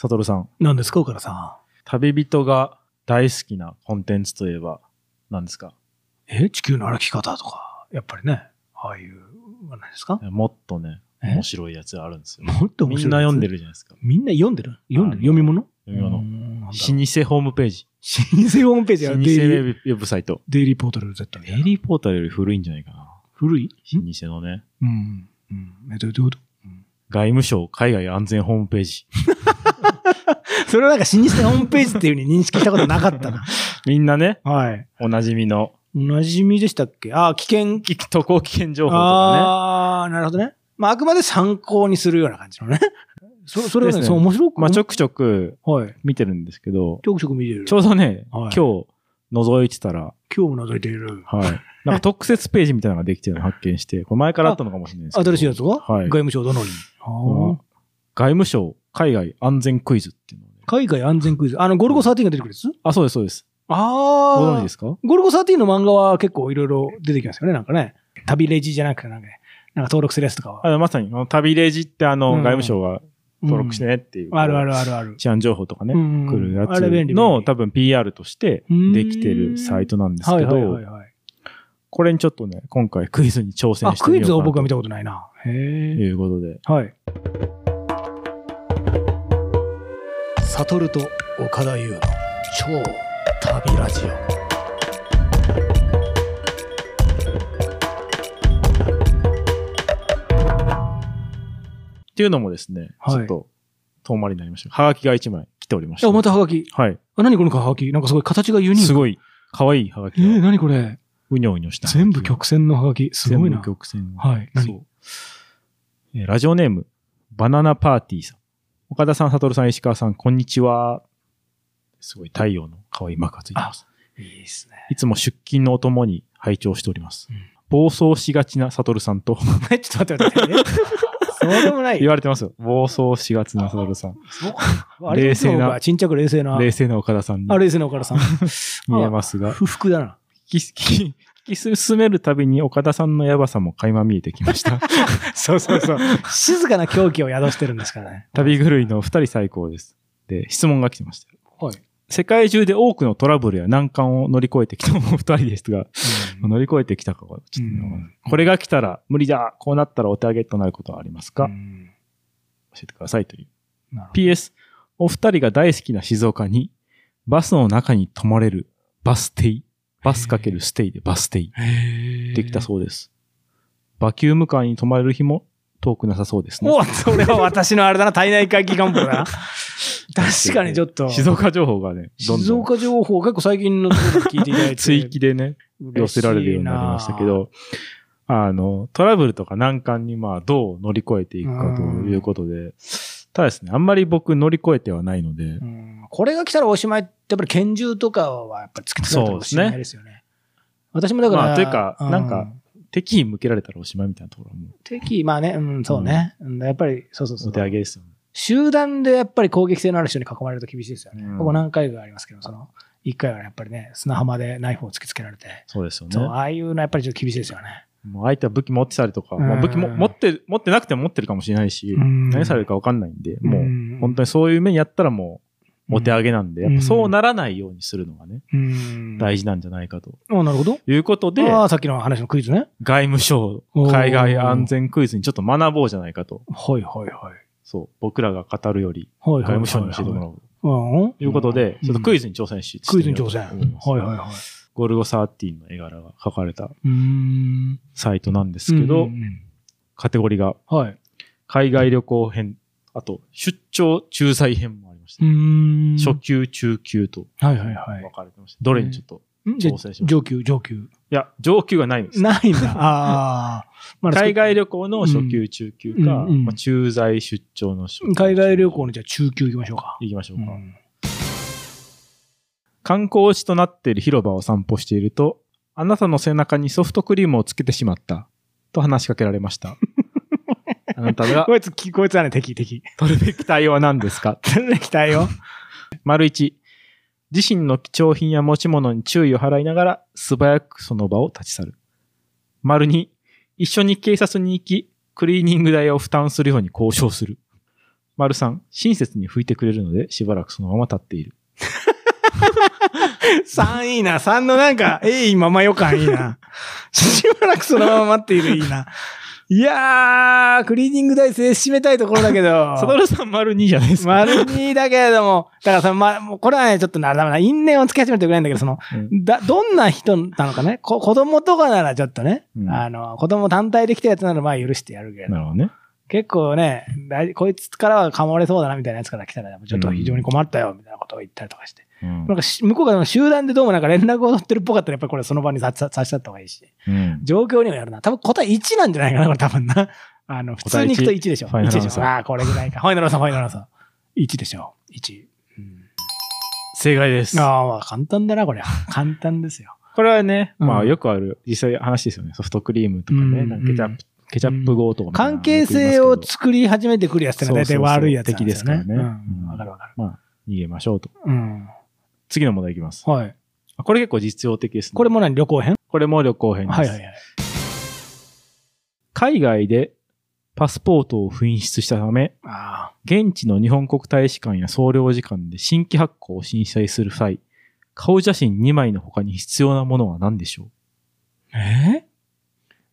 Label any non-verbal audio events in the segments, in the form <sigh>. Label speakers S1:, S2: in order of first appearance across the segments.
S1: サトルさん、
S2: 何ですか、岡田さ
S1: 旅人が大好きなコンテンツといえば何ですか
S2: ん。え地球の歩き方とか、やっぱりね、ああいう、何ですか
S1: もっとね、
S2: え
S1: 面白いやつあるんですよ。
S2: もっと
S1: み
S2: 面白い。
S1: んな読んで。るじゃないですか。
S2: みんな読んでる読ん
S1: あの
S2: でる読み物
S1: 読み物
S2: うーんなんだろう
S1: 老舗ホームページ。
S2: 老舗ホームページ
S1: 老
S2: は
S1: 舗ウ
S2: デイリー
S1: ェブウェブサイト。
S2: デイリーポータル Z みた
S1: エ
S2: いな。
S1: リーポータルより古いんじゃないかな。
S2: 古い
S1: 老舗のね。
S2: うん。うん。えどうどういうこと
S1: 外務省海外安全ホームページ。
S2: それはなんか老舗ホームページっていうふうに認識したことなかった <laughs> な。
S1: みんなね、
S2: はい。
S1: おなじみの
S2: おなじみでしたっけああ、危険。
S1: き渡航危険情報とか
S2: ああ、なるほどね。まあ、あくまで参考にするような感じのね。そそれは
S1: で
S2: ね、
S1: すね
S2: そう面白く
S1: ね。まあちょくちょく
S2: はい。
S1: 見てるんですけど、
S2: ちょくちょく見れる。
S1: ちょうどね、今
S2: はい
S1: 日覗いてたら、
S2: 今日も覗いている。
S1: はい。なんか特設ページみたいなのができてるのを発見して、これ前からあったのかもしれないですけど。
S2: 新しいやつは、
S1: はい
S2: 外務省どのに。
S1: の
S2: はあ
S1: 外務省海外安全クイズっていうので。
S2: 海外安全クイズ。あの、ゴルゴ13が出てくるやつ
S1: あ、そうです、そうです。
S2: あ
S1: ご存知ですか
S2: ゴルゴ13の漫画は結構いろいろ出てきますよね、なんかね。旅レジじゃなくてなんかね、なんか登録するやつとかは。
S1: あのまさに、あの旅レジってあの、
S2: うん
S1: 外務省が登録してねっていう。
S2: うんあるあるあるある。
S1: 治安情報とかね、
S2: うん
S1: 来るや
S2: あ
S1: つ
S2: れ便利
S1: の
S2: 便利
S1: 多分 PR としてできてるサイトなんですけ
S2: はいはい
S1: ど
S2: はい、はい。
S1: これにちょっとね、今回クイズに挑戦
S2: あ、
S1: して
S2: ク
S1: み
S2: イズ
S1: よ
S2: を
S1: う
S2: 僕
S1: か
S2: は
S1: な
S2: 見
S1: と
S2: たことないな。へえ。
S1: いうことで。
S2: はい。サトルと岡田優の超旅ラジオ。
S1: っていうのもですね、
S2: はい
S1: ちょっと遠回りになりましたが。はがきが1枚来ておりまし
S2: あ、
S1: た。
S2: またハガキ。
S1: はい。
S2: あ、何このハガキなんかすごい形がユニーク。
S1: すごい、可愛いはが
S2: え
S1: き
S2: ー、
S1: が。
S2: 何これ
S1: うにょうにょした。
S2: 全部曲線のハガキ。すごいな
S1: 全部。曲線が。
S2: はい。何
S1: そう。えーラジオネーム、バナナパーティーさん。岡田さん、悟さん、石川さん、こんにちは。すごい太陽の可愛いマークがついてます。
S2: いいですね。
S1: いつも出勤のお供に拝聴しております。
S2: うん
S1: 暴走しがちな悟さんと
S2: え、ちょっと待って待って。そうでもない
S1: 言。われてますよ。暴走しがちな悟さん。冷
S2: 冷
S1: 静
S2: 静
S1: な
S2: な。ちんちゃく冷静な。
S1: 冷静な岡田さんに
S2: あ、冷静なお母さん。
S1: 見えますが、
S2: 不服だな。
S1: 聞き聞き聞き進めるたびに岡田さんのやばさも垣間見えてきました。
S2: そう <laughs> そうそう。静かな狂気を宿してるんですからね。
S1: 旅狂いの二人最高です。で、質問が来てました。
S2: はい。
S1: 世界中で多くのトラブルや難関を乗り越えてきたお二人ですが、
S2: うん
S1: 乗り越えてきたかはちょっとね、
S2: うん
S1: これが来たら無理だ、こうなったらお手上げとなることはありますか、
S2: う
S1: 教
S2: ん
S1: えてくださいという。
S2: なるほど
S1: PS、お二人が大好きな静岡に、バスの中に泊まれるバス停バスかけるステイでバス停できたそうです。バキュームカーに泊まれる日も遠くなさそうですね。
S2: おそれは私のあれだな、体内会議願望だ
S1: <laughs>
S2: な。確かにちょっと。
S1: 静岡情報がね、どん
S2: 静
S1: どん
S2: 岡情報結構最近のところで聞いていた
S1: <laughs>
S2: だいて。
S1: 追記でね、寄せられるようになりましたけど、あの、トラブルとか難関にまあどう乗り越えていくかということで、ただですね、あんまり僕乗り越えてはないので
S2: う、ん。これが来たらおしまいって、やっぱり拳銃とかはやっぱりつけてたかもしれないですよね。私もだから、
S1: まあというかなんか
S2: う
S1: 敵に向けられたらおしまいみたいなところはも
S2: 敵、まあね、うん、そうね。うんやっぱり、そうそう
S1: う
S2: そ
S1: お手上
S2: う。
S1: げですよね。
S2: 集団でやっぱり攻撃性のある人に囲まれると厳しいですよね。
S1: うん
S2: ここ何回かありますけど、その、一回はやっぱりね、砂浜でナイフを突きつけられて、
S1: そうですよね
S2: そう、。ああいうのはやっぱりちょっと厳しいですよね。
S1: もう相手は武器持ってたりとか、まあ
S2: うん
S1: 武器も持って、持ってなくても持ってるかもしれないし、
S2: うん
S1: 何されるかわかんないんで、もう
S2: う
S1: 本当にそういう目にやったらもうお手上げなんで、
S2: う
S1: や
S2: ん
S1: っぱそうならないようにするのがね、
S2: に。うん。
S1: 大事なんじゃないかと
S2: あなるほど。
S1: いうことで、
S2: ああ、さっきの話のクイズね。
S1: 外務省海外安全クイズにちょっと学ぼうじゃないかと。
S2: はいはいはい。
S1: そう。僕らが語るより、
S2: は
S1: 外
S2: いはいはいは
S1: 務
S2: い。
S1: 省に教えてもらおう。
S2: うん。
S1: ということで、ちょっとクイ
S2: ズ。
S1: ズに挑戦し、
S2: クイズに挑
S1: して
S2: 戦。
S1: みようと
S2: は
S1: 思
S2: い
S1: います
S2: はいはい。
S1: ゴルゴ13の絵柄が書かれた
S2: うーん。で
S1: サイトなんですけど、カテゴリーが
S2: はい。
S1: 海外旅行編、あと出張仲裁編もありまし
S2: う
S1: た。
S2: ーん。
S1: 初級、中級と
S2: はいはいはい
S1: 分。かれてました。どれにちょっと、
S2: んじゃ
S1: 挑戦します
S2: 上級、上級。
S1: いや、上級がないんです。
S2: ないん
S1: <laughs>
S2: だ。ああ。まだ
S1: 海外旅行の初級、中級か、
S2: うんうん
S1: まあ、駐在出張の初級
S2: 海外旅行のじゃあ中級行きましょうか。
S1: 行きましょう
S2: う
S1: か。
S2: ん
S1: 観光地となっている広場を散歩していると、あなたの背中にソフトクリームをつけてしまった、と話しかけられました。あなたが
S2: こいつ、きこいつはね、敵、敵。
S1: 取るべき対応は何ですか
S2: 全 <laughs> 然期待よ。
S1: 丸1、自身の貴重品や持ち物に注意を払いながら、素早くその場を立ち去る。丸2、一緒に警察に行き、クリーニング代を負担するように交渉する。丸さん、親切に拭いてくれるので、しばらくそのまま立っている。
S2: 3いいな。3のなんか、えいまま予感い
S1: <laughs>
S2: いな。しばらくそのまま待っているいいな。いやー、クリーニング台制締めたいところだけ
S1: <laughs> 。
S2: ど
S1: サドルさん丸2じゃないですか。
S2: <laughs> 丸にだけれども、だからその、ま、もうこれはね、ちょっとな、だめな、因縁をつけ始めてくれないんだけど、その、
S1: うん
S2: だ、どんな人なのかね、こ子供とかならちょっとね、
S1: うん
S2: あの、子供単体で来たやつならまあ許してやるけど、
S1: なるほどね。
S2: 結構ね、大こいつからは噛まれそうだなみたいなやつから来たら、ちょっと非常に困ったよ、みたいなことを言ったりとかして。
S1: うん
S2: なんかし向こうが集団でどうもなんか連絡を取ってるっぽかったら、やっぱりこれその場にさささしちゃった方がいいし、
S1: うん
S2: 状況にもやるな。多分答え1なんじゃないかな、これ多分な。あの、普通に行く
S1: 答
S2: と
S1: え
S2: 1でしょ。
S1: ファイナ
S2: 1
S1: ルア
S2: で
S1: ン
S2: し
S1: サ
S2: ょ。
S1: ー
S2: ああ、これぐらいか。ファイナルさん、ファイナルさん。1でしょ。1。うん
S1: 正解です。
S2: ああ、まあ簡単だな、これ。簡単です
S1: <laughs>
S2: よ。
S1: これはね、
S2: うん
S1: まあよくある、実際話ですよね。ソフトクリームとか
S2: うんう
S1: ね、
S2: ん
S1: なんかケチャップ、ケチャップ号とかみたいなの
S2: 関係性
S1: よ
S2: を
S1: く言います
S2: 作り始めてくるやつってのは大体悪いやつなん
S1: そうそうそう敵
S2: よ
S1: ですからね
S2: う
S1: うんん
S2: わかるわかる。
S1: けどまあ、逃げましょうと。
S2: うん。
S1: 次の問題いきます。
S2: はい。
S1: これ結構実用的ですね。
S2: これも何旅行編
S1: これも旅行編です。
S2: はいはいはい。
S1: 海外でパスポートを紛失したため、
S2: あ
S1: 現地の日本国大使館や総領事館で新規発行を申請する際、顔写真2枚の他に必要なものは何でしょう
S2: あ。え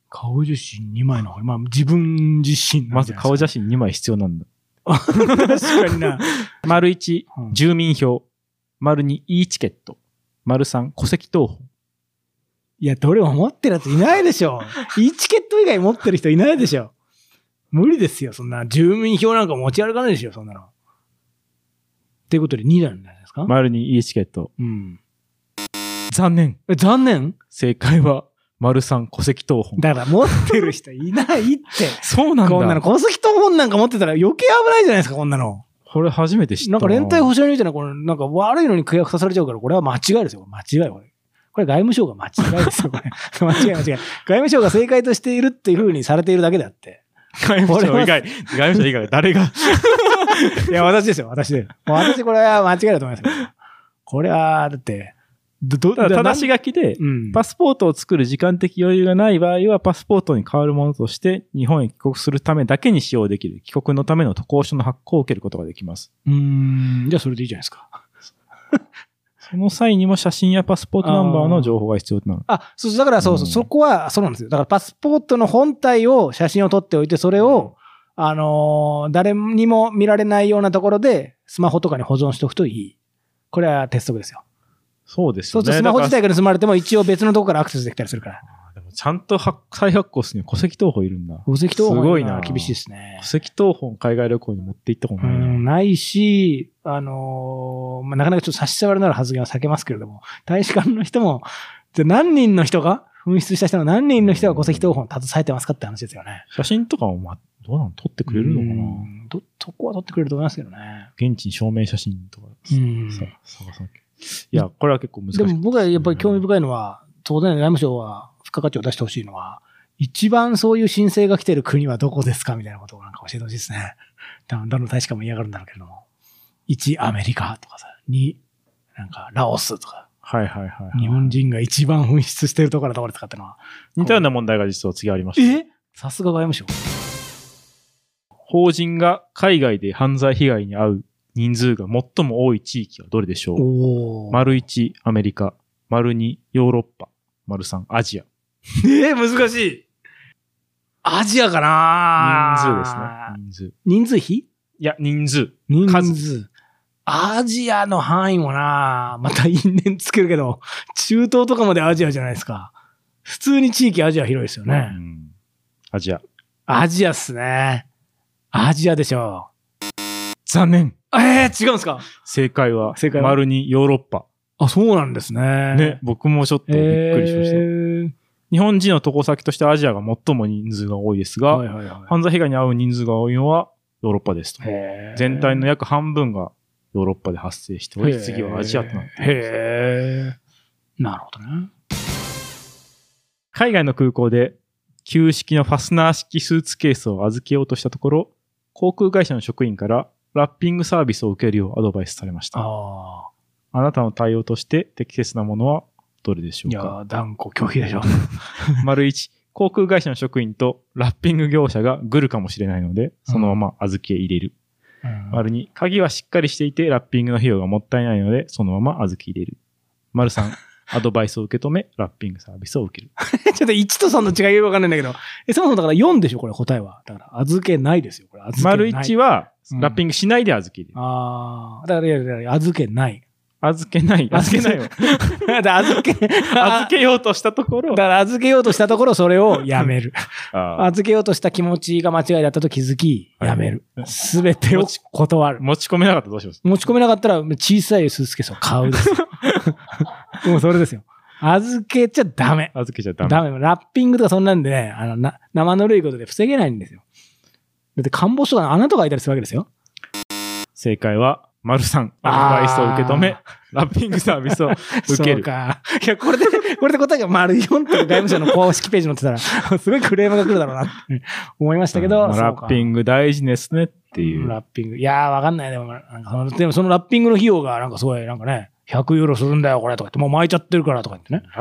S2: 顔写真2枚の方、まあ自分自身
S1: まず顔写
S2: 真。
S1: 真2枚必要なんだ。
S2: 確かにな。
S1: 丸1、
S2: うん
S1: 住民票。丸2、E チケット。丸3、戸籍謄本。
S2: いや、どれも持ってるやついないで
S1: <laughs>
S2: しょ。E チケット以外持ってる人いないでしょ。無理ですよ、そんな。住民票なんか持ち歩かないでしょ、そんなの。っていうことで2なんじゃないですか、
S1: 丸2、E チケット。
S2: うん。
S1: 残念。
S2: え残念
S1: 正解は、丸3、戸籍謄本。
S2: だから持ってる人いないって。
S1: そう <laughs> なんだ。
S2: こんなの、戸籍謄本なんか持ってたら余計危ないじゃないですか、こんなの。
S1: これ初めて知った
S2: なんか連帯保証人みたいな、このなんか悪いのに契約さされちゃうから、これは間違いですよ。間違い、これ。これ外務省が間違いですよ、これ。
S1: <laughs>
S2: 間違い間違い。外務省が正解としているっていう風にされているだけであって。
S1: 外務省以外、外務省以外、誰が。
S2: <laughs> いや、私ですよ、私で。もう私これは間違いだと思いますよ。これは、だって、ど、ど、
S1: ただ、
S2: な
S1: 正し書きで
S2: う、ん。
S1: パスポートを作る時間的余裕がない場合は、パスポートに代わるものとして、日本へ帰国するためだけに使用できる、帰国のための渡航書の発行を受けることができます。
S2: うーん、じゃあそれでいいじゃないですか。
S1: その際にも写真やパスポートナンバーの情報が必要となる。
S2: あ、そうそう、だからそうそう、
S1: うん
S2: そこは、そうなんですよ。だからパスポートの本体を写真を撮っておいて、それを、あのー誰にも見られないようなところで、スマホとかに保存しておくといい。これは鉄則ですよ。
S1: そうです
S2: そ
S1: よ
S2: うする
S1: ね。
S2: とスマホ自
S1: だ
S2: 体
S1: か
S2: が盗まれても一応別のとこからアクセスできたりするから。
S1: らでもちゃんと発再発行するには戸籍謄本いるんだ。
S2: 戸籍謄本は
S1: すごいな
S2: 厳しいですね
S1: 戸。籍謄本海外旅行に持って行ったこと
S2: う
S1: ないな。
S2: ん、ないし、あのーまあ、なかなかちょっと差し障りのある発言は避けますけれども、大使館の人も、じゃあ何人の人が、紛失した人の何人の人が戸籍謄本携えてますかって話ですよね。
S1: 写真とかも、まあ、どうなの撮ってくれるのか
S2: う
S1: なん
S2: ど、そこは取ってくれると思いますけどね。
S1: 現地に証明写真とか
S2: うん
S1: さ、探さなきゃ。いや、これは結構難しい。
S2: でも僕はやっぱり興味深いのは、当然外務省は付加価値を出してほしいのは、一番そういう申請が来てる国はどこですかみたいなことをなんか教えてほしいですね。多分どの大使館も嫌がるんだろうけれども。1、アメリカとかさ。2、なんかラオスとか。
S1: はいはいはいはい。
S2: 日本人が一番紛失してるところはどこですかってのは。
S1: 似たような問題が実は次ありました。
S2: えさすが外務省。
S1: 法人が海外で犯罪被害に遭う人数が最も多い地域はどれでしょう
S2: おー。
S1: 丸1、アメリカ。丸2、ヨーロッパ。丸3、アジア。
S2: えー難しい。アジアかな
S1: 人数ですね。人数。
S2: 人数比
S1: いや、人数。
S2: 人
S1: 数
S2: 数。アジアの範囲もな、また因縁つけるけど、 <laughs> 中東とかまでアジアじゃないですか。普通に地域アジア広いですよ
S1: う
S2: ね。
S1: んアジア。
S2: アジアっすね。アジアでしょ
S1: 残念。
S2: う。えー、違うんですか
S1: 正解は、
S2: 正解は
S1: 丸2、ヨーロッパ。
S2: あ、そうなんですね。
S1: ね、。僕もちょっと
S2: え
S1: びっくりしました。
S2: ー、
S1: 日本人の渡航先としてアジアが最も人数が多いですが、
S2: はいはいは
S1: 犯罪被害に遭う人数が多いのはヨーロッパですと
S2: い。。へー
S1: 全体の約半分がヨーロッパで発生しており、次はアジアとなっています
S2: へーなるほどね。
S1: 海外の空港で旧式のファスナー式スーツケースを預けようとしたところ、航空会社の職員からラッピングサービスを受けるようアドバイスされました。あ
S2: ああ。
S1: なたの対応として適切なものはどれでしょ
S2: いうや
S1: か
S2: ー、断固拒否でしょ。
S1: <laughs> 丸1、航空会社の職員とラッピング業者がグルかもしれないので、そのまま預け入れる。
S2: うん
S1: 丸2、鍵はしっかりしていて、ラッピングの費用がもったいないので、そのまま預け入れる。丸3、ア
S2: <laughs>
S1: ドバイスを受け止め、ラッピングサービスを受ける。
S2: ちょっと1と3の違いがよくわかんないんだけど、え、そもそもだから4でしょ、これ答えは。だから、預けないですよ、これ。預けな
S1: 丸
S2: い。
S1: 1は
S2: う、ん
S1: ラッピングしないで預け入れる。
S2: ああ、だから、いやいやいや、預けない。 <laughs>
S1: 預けない、預けないよ。
S2: だから預け、
S1: <laughs> 預けようとしたところ
S2: だ、から預けようとしたところ、それをやめる。
S1: <laughs> あー
S2: 預けようとした気持ちが間違いだったと気づき、やめる。すべてを断る。
S1: 持ち込めなかったらどうします
S2: 持ち込めなかったら、小さいスーツケースを買う
S1: <laughs>
S2: ですよ。もうそれですよ。預けちゃダメ。
S1: 預けちゃダメ。
S2: ダメ。ラッピングとかそんなんでね、あの、な、生ぬるいことで防げないんですよ。だって官房とか穴とか開いたりするわけですよ。
S1: 正解は、丸3、アドバイスを受け止め、ラッピングサービ
S2: <laughs>
S1: スを受け
S2: そう
S1: る。
S2: か。いや、これで、これで答えが丸4って外務省の公式ページに載ってたら、す <laughs> ごいクレームが来るだろうなって思いましたけど。
S1: うんラッピ
S2: グ。
S1: ング大事ですねっていう。
S2: ラッピング。いやー、わかんない。でも、なんかその、でもそのラッピングの費用が、なんかすごい、なんかね、100ユーロするんだよ、これ、とか言って、もう巻いちゃってるから、とか言ってね。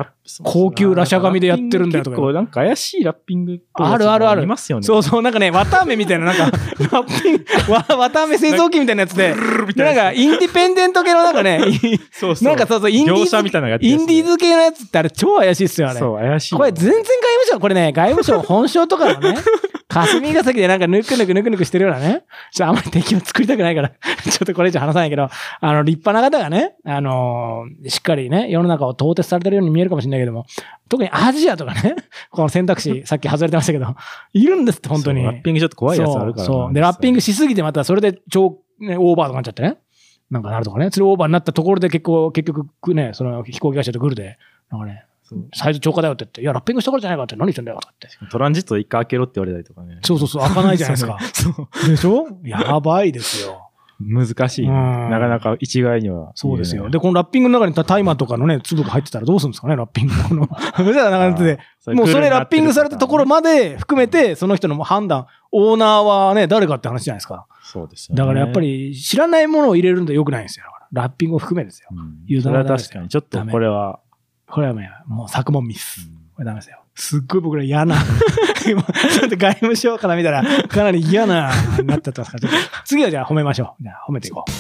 S2: 高級ラシャ紙でやってるんだよと
S1: 結
S2: か
S1: 構なんか怪しいラッピングっぽいやつ
S2: あるあるある
S1: いますよね。
S2: そうそう、なんかね、綿あめみたいな、なんか、ラッピング、わ綿あめ製造機 <laughs> みたいなやつで、なんか、インディペンデント系のなんかね、い
S1: そうそう
S2: なんかそうそう、インディ
S1: 業
S2: ーズ
S1: 者みたいなのがやってる
S2: イ
S1: やつ
S2: ンディーズ系のやつってあれ超怪しいっすよ、あれ。
S1: そう、怪しい。
S2: これ全然外務省、
S1: <laughs>
S2: これね、外務省本省とかのね、霞が関でなんかぬくぬくぬくぬくしてるようなね、ちょっとあんまり敵を作りたくないから、ち <laughs> ょっとこれ以上話さないけど、あの、立派な方がね、あのーしっかりね、世の中を統徹されてるように見えるかもしれないけども、特にアジアとかね、この選択肢、さっき外れてましたけど、いるんですって、本当に。
S1: そうラッピングちょっと怖いやつあるからな。
S2: そうそう。で、ラッピングしすぎてまたそれで超、ね、オーバーとかなっちゃってね。なんかなるとかね。それオーバーになったところで結構、結局ね、その飛行機会社とグルで、なんかね、
S1: そう
S2: サイズ超過だよって言って、いや、ラッピングしたからじゃないかって何言ってんだよとかって。
S1: トランジット一回開けろって言われたりとかね。
S2: そうそうそう、開かないじゃないですか。
S1: <laughs> そう。
S2: でしょやばいですよ。
S1: 難しいね。
S2: うん
S1: なかなか一概には。
S2: そうですよ。
S1: で
S2: で、、このラッピングの中にタイマーとかのね、粒が入ってたらどうするんですかね、ラッピング <laughs> の。それじゃあなんかだってもうそれラッピングされたところ
S1: も。
S2: まで含めて、その人の判断、オーナーはね、誰かって話じゃないですか。
S1: そうですよね
S2: だからやっぱ、り知らないものを入れるんでよくないんですよ。だからラッピングを含めですよ
S1: う。ん
S2: 油
S1: そ
S2: 断
S1: れは
S2: はダメです
S1: 確
S2: よ
S1: かに、ちょっとこれは、
S2: これはもうもう作文ミス。
S1: うん
S2: これダメですよ。すっごい僕ら嫌な、今ちょっと外務省から見たらかなり嫌な、なっちゃってますから、ちょっと次はじゃあ褒めましょう。じゃあ褒めていこう。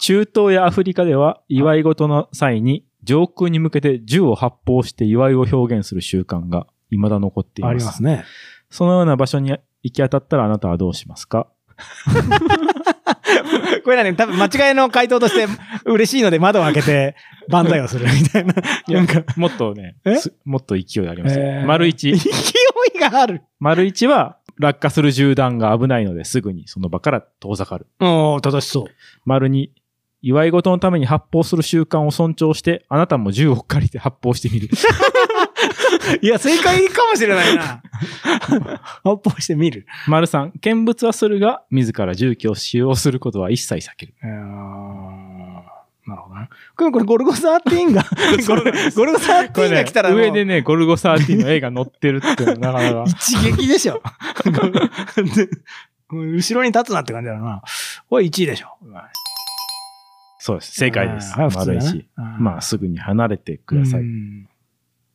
S1: 中東やアフリカでは祝い事の際に上空に向けて銃を発砲して祝いを表現する習慣が未だ残っています。
S2: ありますね。
S1: そのような場所に行き当たったらあなたはどうしますか
S2: これはね、多分間違いの回答として嬉しいので窓を開けて万歳をするみたいな。なんか、
S1: もっとね
S2: え、
S1: すもっと勢いありますよ。
S2: えー
S1: 丸
S2: 勢
S1: 一。
S2: いがある。
S1: 丸一は落下する銃弾が危ないのですぐにその場から遠ざかる。
S2: おー、正しそう。
S1: 丸二。祝い事のために発砲する習慣を尊重して、あなたも銃を借りて発砲してみる。
S2: いや、正解かもしれないな。 <laughs> 発砲してみる。
S1: 丸三。見物はするが、自ら銃器を使用することは一切避ける。
S2: うーんなるほどね。これ、これゴルゴ13が、
S1: <laughs>
S2: ゴル <laughs> ゴルゴ
S1: これ
S2: 13
S1: ね
S2: が来たらもう、
S1: 上でね、ゴルゴ13の絵が載ってるっていうのはなかなか。
S2: 一撃でしょ。 <laughs> で後ろに立つなって感じだよな。これ1位でしょ。
S1: <laughs> そうです。正解です。
S2: あー普通
S1: 丸
S2: だな
S1: 一。まあ、すぐに離れてくださ
S2: う
S1: い。
S2: ん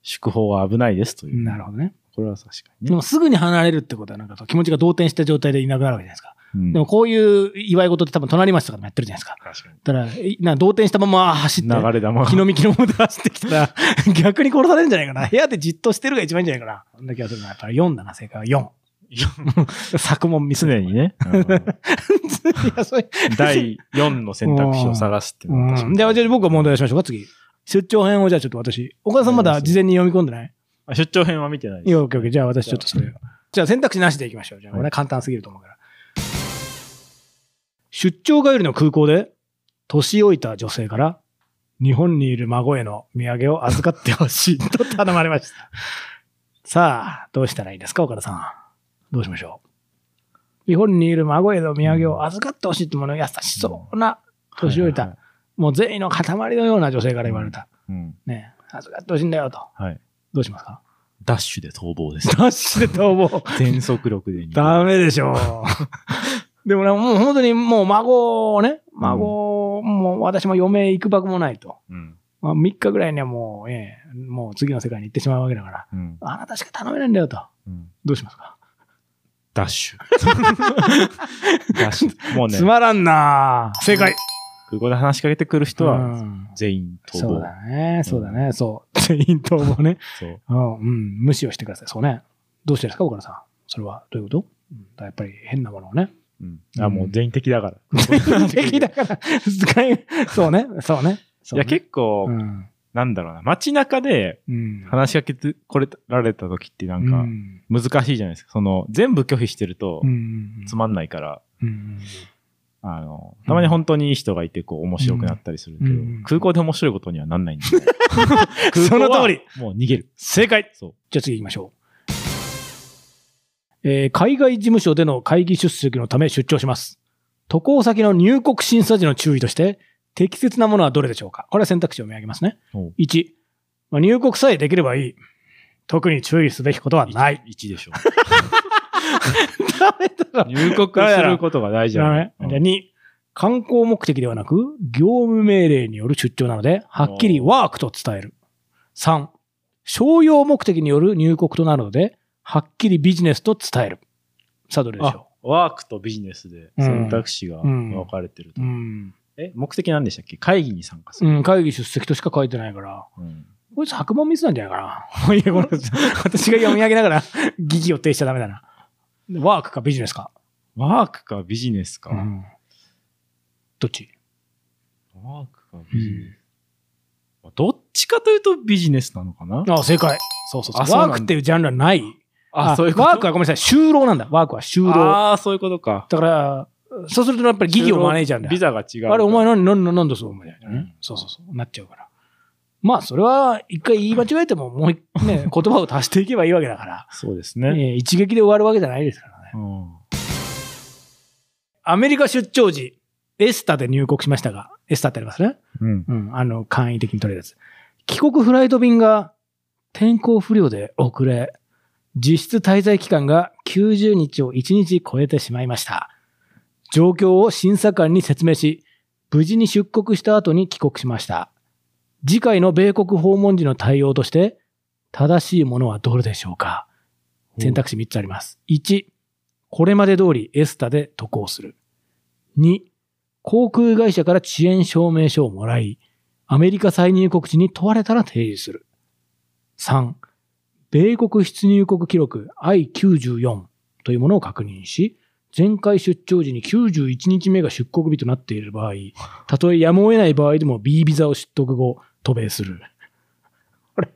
S1: 祝砲は危ないですという。
S2: なるほどね。
S1: これは確かに
S2: で
S1: ね。
S2: もすぐに離れるってことは、なんか気持ちが動転した状態でいなくなるわけじゃないですか。
S1: うん
S2: でもこういう祝い事って多分隣町とかでもやってるじゃないですか。
S1: 確かに
S2: だから、いな動転したまま走って、
S1: 流れ
S2: <laughs>
S1: 玉
S2: 気
S1: が。
S2: の幹のもで走ってきた <laughs> ら、逆に殺されるんじゃないかな。部屋でじっとしてるが一番いいんじゃないかな。そんな気がするな。やっぱり4だな、正解は4。作文ミス <laughs>
S1: 常に。ね、 <laughs> あの
S2: いや、それ。
S1: 第4の選択肢を探すっていう
S2: う
S1: のは確か
S2: ん。
S1: に
S2: じゃあ、じゃあ僕は問題出しましょうか、次。出張編をじゃあちょっと私。岡田さんまだ事前に読み込んでない
S1: あ出張編は見てない
S2: い
S1: です。
S2: や、オッケーオッケー。じゃあ私ちょっとそれを。じゃあ選択肢なしでいきましょう。じゃあ、これは簡単すぎると思うから。出張帰りの空港で、年老いた女性から、日本にいる孫への土産を預かってほしいと頼まれま <laughs> した。さあ、どうしたらいいですか、岡田さん。どうしましょう。日本にいる孫への土産を預かってほしいってもの、優しそうな年老いた、
S1: はいは
S2: もう善意の塊のような女性から言われた。
S1: いうん
S2: ねえ、預かってほしいんだよと。
S1: はい。
S2: どうします <laughs> か
S1: ダッシュで逃亡です。
S2: ダッシュで逃亡。
S1: <laughs> 全速力で逃げる。
S2: ダメでしょう。 <laughs> でもね、もう本当にもう孫をね、孫を、もう私も余命いくばくもないと。
S1: うん
S2: まあ、3日ぐらいにはもう、ええ、もう次の世界に行ってしまうわけだから、
S1: うん
S2: あなたしか頼めないんだよと。
S1: うん
S2: どうしますか
S1: ダッ
S2: <laughs>
S1: シュ。ダッシュ。もうね
S2: つ、まらんなぁ正解
S1: 空港で話しかけてくる人は
S2: うん
S1: 全員逃
S2: そう
S1: 亡。
S2: だね、そうだね、そう。全員逃亡ね。
S1: そう。
S2: うん、うん、無視をしてください。そうね。どうしてですか、岡野さん。それは、どういうことうんだからやっぱり変なものを <laughs> ね。
S1: うん。あ、もう全員敵だから。
S2: <laughs>
S1: <laughs>
S2: 敵だから、使いそうね、そうね。
S1: いや、結構、
S2: 構、うん。
S1: なんだろうな。街中で
S2: うん。
S1: 話しかけてこれられた時ってな
S2: うんん
S1: か難しいじゃないですか。その、全部拒否してると
S2: うん。
S1: つまんないから、
S2: うん。
S1: あの、たまに本当にいい人がいて、こう、面白くなったりするけど、
S2: うんうん
S1: 空港で面白いことにはなんないんで。空
S2: <laughs>
S1: <laughs>
S2: そ
S1: 港は
S2: の通り
S1: もう逃げる。正解そう。
S2: じゃあ次行きましょう。えー海外事務所での会議出席のため出張します。渡航先の入国審査時の注意として、適切なものはどれでしょうかこれは選択肢を見上げますね
S1: おう。
S2: 1、まあ、入国さえできればいい。特に注意すべきことは
S1: <laughs>
S2: ない。
S1: 1でしょ。
S2: ダメだろ。
S1: 入国することが大事
S2: ダ
S1: だ
S2: メ
S1: ね。。
S2: じゃあ2、観光目的ではなく、業務命令による出張なので、はっきりワークと伝える。3、商用目的による入国となるので、はっきりビジネスと伝える。さあ、どれでし
S1: あ
S2: ょ
S1: ワークとビジネスで選択肢が分かれてると
S2: うう。ん。
S1: え、目的何でしたっけ会議に参加する。
S2: うん、会議出席としか書いてないから。 <laughs>
S1: うん
S2: こいつ白文ミスなんじゃないかな。い <laughs> や、これ、私が読み上げながら、 <laughs> 疑義を呈しちゃダメだな。ワークかビジネスか。
S1: ワークかビジネスか。
S2: うんどっち
S1: ワークかビジネス。まあどっちかというとビジネスなのかな
S2: あ正解。そうそう
S1: あ
S2: そう。
S1: そうな
S2: ワ
S1: んだ
S2: ークっていうジャンルはない。あワークは
S1: は
S2: ごめんなさい、就労なんだ。ワークは就労。
S1: ああ、そういうことか。
S2: だから、そうするとやっぱり疑義を招いちゃうんだ
S1: ビ
S2: よ。
S1: ザが違うから。
S2: あれ、お前何、何、何だそう、お前、ね
S1: うん
S2: そうそうそう、なっちゃうから。まあ、それは一回言い間違えても、もう一、ね、言葉を足していけばいいわけだから、
S1: そうですね。
S2: えー一撃で終わるわけじゃないですからね。
S1: うん
S2: アメリカ出張時、エスタで入国しましたが、エスタってありますね。
S1: うん。
S2: うん、あの、簡易的に取れるやつ。帰国フライト便が天候不良で遅れ、実質滞在期間が90日を1日超えてしまいました。状況を審査官に説明し、無事に出国した後に帰国しました。次回の米国訪問時の対応として、正しいものはどれでしょうか選択肢3つあります。1、これまで通りエスタで渡航する。2、航空会社から遅延証明書をもらい、アメリカ再入国時に問われたら提示する。3、米国出入国記録 I94 というものを確認し、前回出張時に91日目が出国日となっている場合、たとえやむを得ない場合でも B ビザを取得後、渡米する。これ、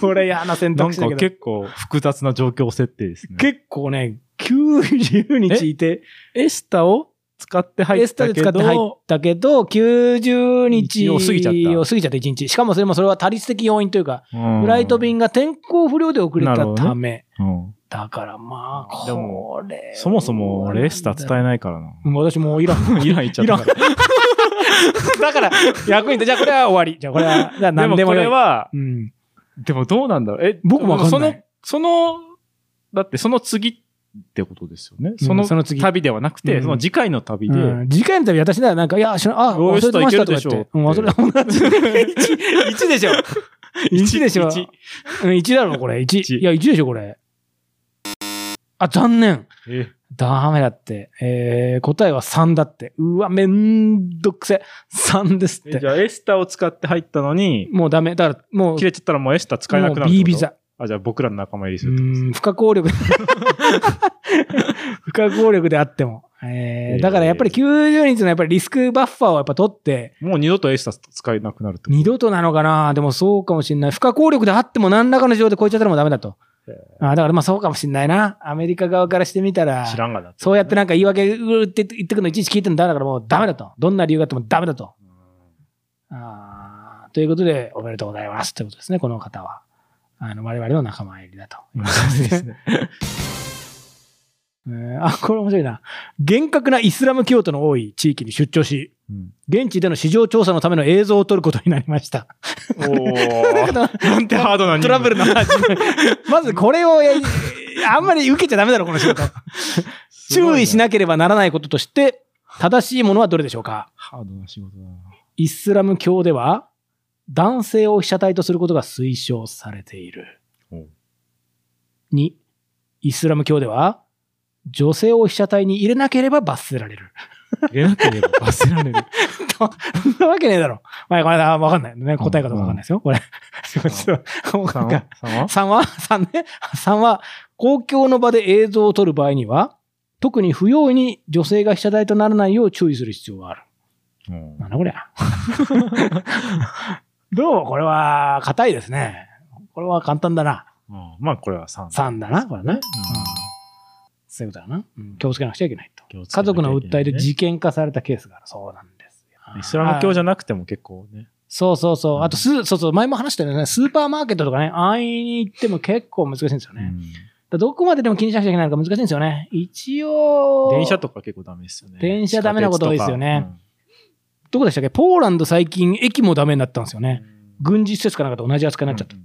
S2: これ嫌な選
S1: なん
S2: 択肢だ
S1: か
S2: けど。
S1: 結構複雑な状況設定ですね。
S2: 結構ね、90日いて、
S1: エスタを使って入
S2: エスタで使って入ったけど、90日
S1: を過ぎちゃった
S2: を過ぎちゃった1日。しかもそれもそれは他律的要因というか、フ
S1: フ
S2: ライト便が天候不良で遅れ
S1: なる
S2: た
S1: ほどね
S2: ため。
S1: うん
S2: だからまあ、
S1: で
S2: こ
S1: も
S2: れ。
S1: そもそも俺エスタ伝えないからな。 <laughs>
S2: うん私もういらん。
S1: イラン行っちゃったから。
S2: <laughs> だから、役に立て、じゃあこれは終わり。じゃあこれは、じゃあ
S1: で
S2: 何
S1: も
S2: でも
S1: こ
S2: よい
S1: れは、
S2: うん。
S1: でもどうなんだろう。え、
S2: 僕もわかんない
S1: その、その、だってその次ってことですよね。その
S2: その次
S1: 旅ではなくて、
S2: うん
S1: その次回の旅で、
S2: うん次回の旅、私ならなんか、いや、しなあ、
S1: どう
S2: 忘
S1: し
S2: れ
S1: た
S2: て
S1: ら
S2: ま
S1: いける
S2: したと
S1: で
S2: か
S1: しょ
S2: 言
S1: う
S2: って。うん忘れてました。1 <laughs> でしょ。1でしょ。
S1: 一
S2: 1だろ、これ。
S1: 一
S2: 1。いや、1でしょ、これ。あ、残念。
S1: え
S2: ダメだって。えー、答えは3だって。うわ、めんどくせ。3ですっ
S1: えじ
S2: て。
S1: ゃあエスタを使って入ったのに、
S2: もうダメ。だから、もう、
S1: 切れちゃったらもうエスタ使えなくなる
S2: も
S1: っ
S2: う
S1: てこと。
S2: B ビザ。
S1: あ、じゃあ僕らの仲間入りす
S2: う
S1: るってことです
S2: ん、不可抗力。 <laughs> 不可抗力であっても。えー、だからやっぱり90日のやっぱりリスクバッファーをやっぱ取って、
S1: もう二度とエスタ使えなくなるってこと
S2: 二度となのかなでもそうかもしれない。不可抗力であっても何らかの事情で超えちゃったらもうダメだと。あーだからまあそうかもしれないな。アメリカ側からしてみたら。
S1: 知らんがなって。
S2: そうやってなんか言い訳うーって言ってくるのいちいち聞いてるのだからもうダメだと。どんな理由があってもダメだと。あーということで、おめでとうございますということですね、この方は。あの我々の仲間入りだと。
S1: うん。そうですね。
S2: えーあ、これ面白いな。厳格なイスラム教徒の多い地域に出張し、
S1: うん
S2: 現地での市場調査のための映像を撮ることになりました。 <laughs>
S1: おー。なんてハード <laughs> な
S2: トラブルの話。まずこれをやり、あんまり受けちゃダメだろ、この仕事。 <laughs> 注意し
S1: い。
S2: なければならないこととして、正しいものはどれでしょうか
S1: ハードな仕事だな。
S2: イスラム教では男性を被写体とすることが推奨されている。
S1: おう
S2: 2、イスラム教では女性を被写体に入れなければ罰せられる。
S1: 入れなければ罰せられ
S2: <laughs>
S1: る。
S2: そんなわけねえだろ。まあ、これはわかんない。ね、答え方わかんないですよ、これ。ちょ <laughs> っと、
S1: さん
S2: なん
S1: は
S2: か、
S1: さんは
S2: 3は ?3 ね。3は、公共の場で映像を撮る場合には、特に不用意に女性が被写体とならないよう注意する必要がある。
S1: うん
S2: なんだこ <laughs> りゃ。どうもこれは、硬いですね。これは簡単だな。
S1: うんまあ、これは3。
S2: 3だな、これね。うんそういうことだな。うん気をつけなくちゃいけないと。家族の訴えで事件化されたケースがある。そうなんですよ。
S1: イスラム教じ
S2: ゃ
S1: ゃなくても結構ね。
S2: そうそうそうう。
S1: ん
S2: あとスー、そうそう、前も話したよね。スーパーマーケットとかね、安易に行っても結構難しいんですよね。だ
S1: う
S2: か
S1: ん
S2: らどこまででも気にしなくちゃいけないのか難しいんですよね。一応、
S1: 電車とか結構ダメですよね。
S2: 電車ダメなこと多いですよね
S1: 地
S2: どこでしたっけポーランド最近駅もダメになったんですよ
S1: 下鉄
S2: ね
S1: と。か。うん
S2: 軍事施設かなんかと同じ扱いになっちゃった。
S1: うん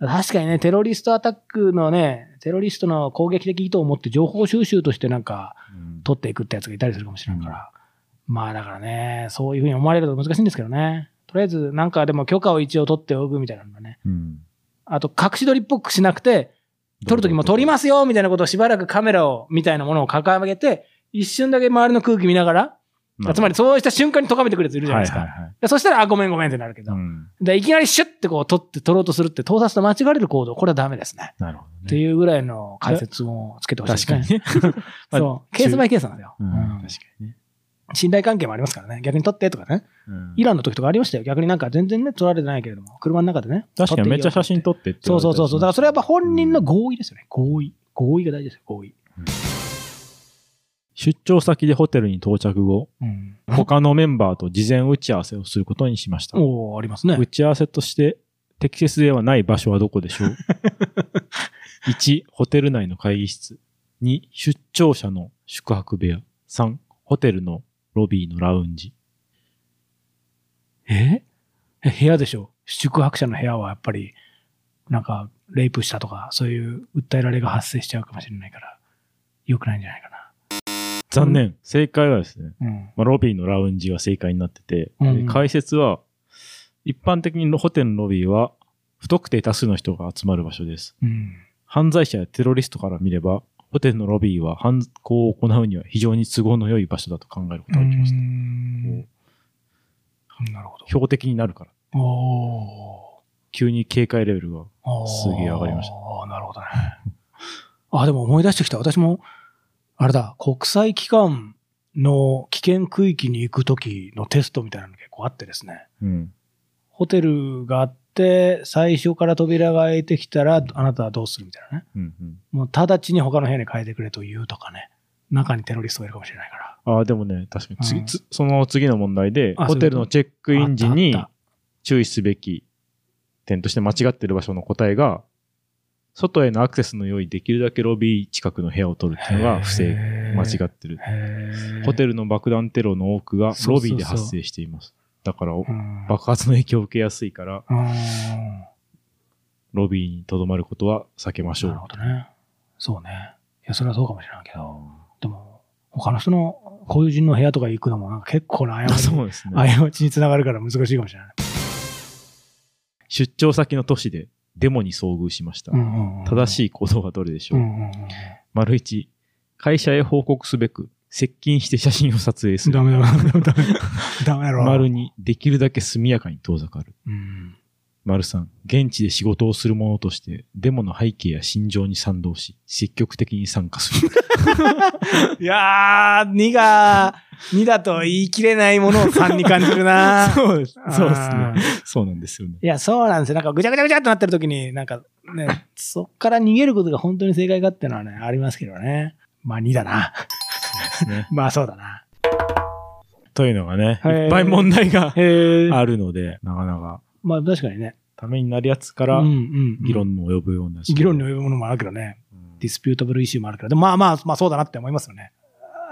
S2: 確かにね、テロリストアタックのね、テロリストの攻撃的意図を持って情報収集としてなんか
S1: うん
S2: 取っていくってやつがいたりするかもしれんから。まあだからね、そういうふうに思われると難しいんですけどね。とりあえずなんかでも許可を一応取っておくみたいなのがね。
S1: うん
S2: あと隠し撮りっぽくしなくて、撮るときも撮りますよみたいなことをしばらくカメラを、みたいなものを掲げて、一瞬だけ周りの空気見ながら、つまりそうした瞬間に咎めてくるやついるじゃないですか。
S1: はいはいはい
S2: でそしたら、あ、ごめんごめんってなるけど。
S1: うん
S2: でいきなりシュッてこう撮って撮ろうとするって、盗撮と間違われる行動、これはダメですね。
S1: なるほ
S2: っ
S1: ど
S2: て
S1: ね。
S2: いうぐらいの解説をつけてほしいです
S1: 確か
S2: ね。
S1: にね。に
S2: そう。ケースバイケースなんですよ。
S1: うん
S2: <laughs> うん
S1: 確かにね。
S2: 信頼関係もありますからね。逆に撮ってとかね。
S1: うん
S2: イランの時とかありましたよ。逆になんか全然ね、撮られてないけれども、車の中でね。
S1: 確かにめっちゃ写真
S2: 撮
S1: 撮ってって
S2: てい
S1: 言
S2: いよ
S1: わ
S2: って。そうそうそうそう。だからそれはやっぱ本人の合意ですよね。合意。合意が大事ですよ。合意。
S1: 出張先でホテルに到着後、
S2: うん。
S1: 他のメンバーと事前打ち合わせをすることにしました。
S2: おーありますね。
S1: 打ち合わせとして適切ではない場所はどこでしょう 1. ホテル内の会議室。2. 出張者の宿泊部屋。3. ホテルのロビーのラウンジ。
S2: ええ部屋でしょ。宿泊者の部屋はやっぱり、なんか、レイプしたとか、そういう訴えられが発生しちゃうかもしれないから、良くないんじゃないか
S1: 残念。正解はですね、
S2: な。うん。
S1: まあ、ロビーのラウンジが正解になってて、
S2: うん
S1: で解説は、一般的にホテルのロビーは不特定多数の人が集まる場所です。
S2: うん。
S1: 犯罪者やテロリストから見れば、ホテルのロビーは犯行を行うには非常に都合の良い場所だと考えることができます。
S2: うんなるほど。
S1: 標的になるから。
S2: お
S1: 急に警戒レベルが。
S2: ー
S1: すげえ上がりました
S2: あーなるほどね。 <laughs> あ、でも思い出してきた。私も、あれだ、国際機関の危険区域に行くときのテストみたいなの結構あってですね。
S1: うん。
S2: ホテルがあって、最初から扉が開いてきたら、あなたはどうするみたいなね。
S1: うんうん。
S2: もう直ちに他の部屋に変えてくれと言うとかね。中にテロリストがいるかもしれないから。
S1: ああ、でもね、確かに次、
S2: うん
S1: つその次の問題で、
S2: あ
S1: ホテルのチェックイン時
S2: あっ
S1: に
S2: たあっ
S1: 注意すべき点として間違ってる場所の答えが、外へのアクセスの良いできるだけロビー近くの部屋を取るっていうのが不正、間違ってる。
S2: て
S1: ホテ
S2: ル、
S1: ルの爆弾テロの多くが
S2: そうそう
S1: ロ
S2: そう
S1: ビーで発生しています。だから、
S2: うん
S1: 爆発の影響を受けやすいから、
S2: うん
S1: ロビーに留まることは避けましょ
S2: な
S1: う
S2: るほ。どね。そうね。いや、それはそうかもしれないけど。でも、他の人の、こういう人の部屋とか行くのも、なんか結構な
S1: あ
S2: 過ち
S1: <laughs> そ
S2: に、
S1: うですね。
S2: 過ちにつながるから難しいかもしれない。
S1: 出張先の都市でデモに遭遇しました。正
S2: い
S1: しい行動はどれでしょ
S2: う
S1: う、
S2: んうん
S1: 丸1、会社へ報告すべく、接近して写真を撮影
S2: う
S1: す
S2: ん。
S1: る。
S2: ダメだろ、ダメダメだろ。
S1: 丸2、できるだけ速やかに遠ざかる。
S2: うん。
S1: 丸3、現地で仕事をする者として、デモの背景や心情に賛同し、積極的に参加する。
S2: いやー、2が、2だと言い切れないものを3に感じるな
S1: <laughs> そうですそうです
S2: あ
S1: ね
S2: ー。
S1: そうなんですよね。
S2: <laughs> いや、そうなんですよ。なんかぐちゃぐちゃぐちゃってなってる時に、なんかね、そっから逃げることが本当に正解かっていうのはね、ありますけどね。まあ2だな。 <laughs>
S1: そうですね
S2: まあそうだな。
S1: というのがね、
S2: はい
S1: いっぱい問題が
S2: へえ。
S1: あるので、なかなか、
S2: まあ確かにね。
S1: ためになるやつから
S2: うんう、んうん
S1: 議論の及ぶような。
S2: 議論に及ぶものもあるけどね。ディスピュートブルイシューもあるけど、でもまあまあ、まあそうだなって思いますよね。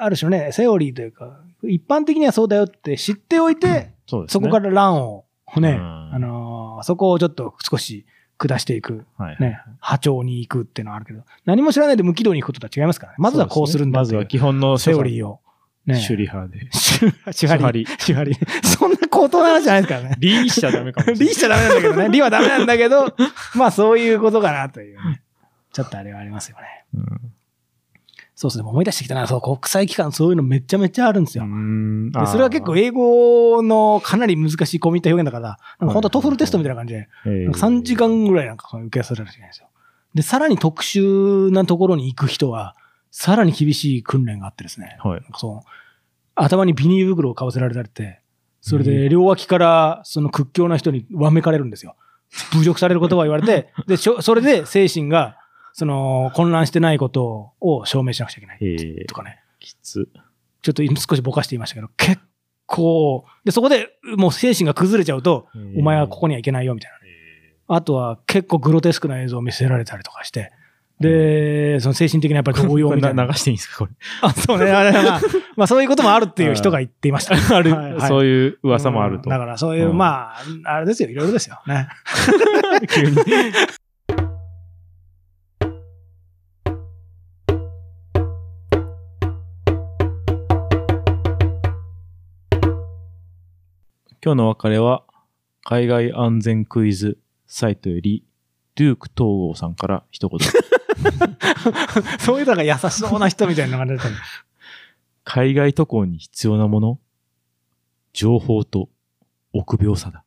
S2: ある種ね、セオリーというか、一般的にはそうだよって知っておいて、
S1: そうですね。
S2: そこから乱をね、
S1: うん
S2: あのーそこをちょっと少し下していく、
S1: はいはい、
S2: ね、波長に行くっていうのはあるけど、何も知らないで無軌道に行くこととは違いますからね。まずはこうするんだ
S1: ま
S2: って
S1: ず
S2: いう
S1: は基本の
S2: セオリー
S1: を。
S2: を。ね。
S1: シュリハーで。
S2: 手裏。手
S1: 手張
S2: 裏。 <laughs> 手
S1: り。
S2: 張りそんな高等な話じゃないですからね。 <laughs>
S1: リーしちゃダメかもしれな
S2: 理
S1: い。
S2: しちゃダメなんだけどね。理はダメなんだけど、 <laughs> まあそういうことかなというね、ちょっとあれはありますよね。
S1: うん
S2: そうですね。思い出してきたな。そう、国際機関そういうのめちゃめちゃあるんですよ。
S1: ん
S2: でそれは結構英語のかなり難しい込み入った表現だから、なんか本当トフルテストみたいな感じで、なんか3時間ぐらいなんかその受けされるらしいんですよ。で、さらに特殊なところに行く人は、さらに厳しい訓練があってですね。
S1: はい
S2: なんかその頭にビニール袋をかぶせられられて、それで両脇からその屈強な人にわめかれるんですよ。侮辱されることは言われて、で、しょそれで精神が、その混乱してないことを証明しなくちゃいけな
S1: え
S2: い。
S1: ー
S2: とかね。
S1: きつ。
S2: ちょっと今少しぼかして言いましたけど、結構、で、そこでもう精神が崩れちゃうと、お前はここにはいけないよ、みたいな。あとは結構グロテスクな映像を見せられたりとかして、で、その精神的なやっぱり動揺
S1: これ
S2: みた
S1: <laughs>
S2: い
S1: な
S2: な。
S1: 流していいんですかこれ。
S2: あ、そうね。あれまあ、まあそういうこともあるっていう人が言っていました。
S1: <laughs>
S2: ある
S1: そう
S2: い
S1: い
S2: う
S1: う噂もあると
S2: だ。からそういう、
S1: うん
S2: まあ、あれですよ。いろいろですよ。ね。 <laughs>
S1: 急に。今日のお別れは、海外安全クイズサイトより、デューク東郷さんから一言。
S2: そういうのが優しそうな人みたいなのが出てる。
S1: 海外渡航に必要なもの情報と臆病さだ。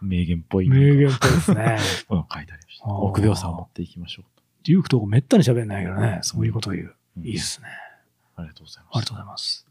S1: 名言っぽい。
S2: 名言っぽいですね。 <laughs>
S1: うん書いてありました。
S2: あー
S1: 臆病さを持っていきましょ
S2: デュークとかめったに喋んないけどね。そういうことを言う。
S1: う。うん
S2: いいですね。
S1: ありがとうございま
S2: あ
S1: し
S2: りが
S1: た
S2: とうございます。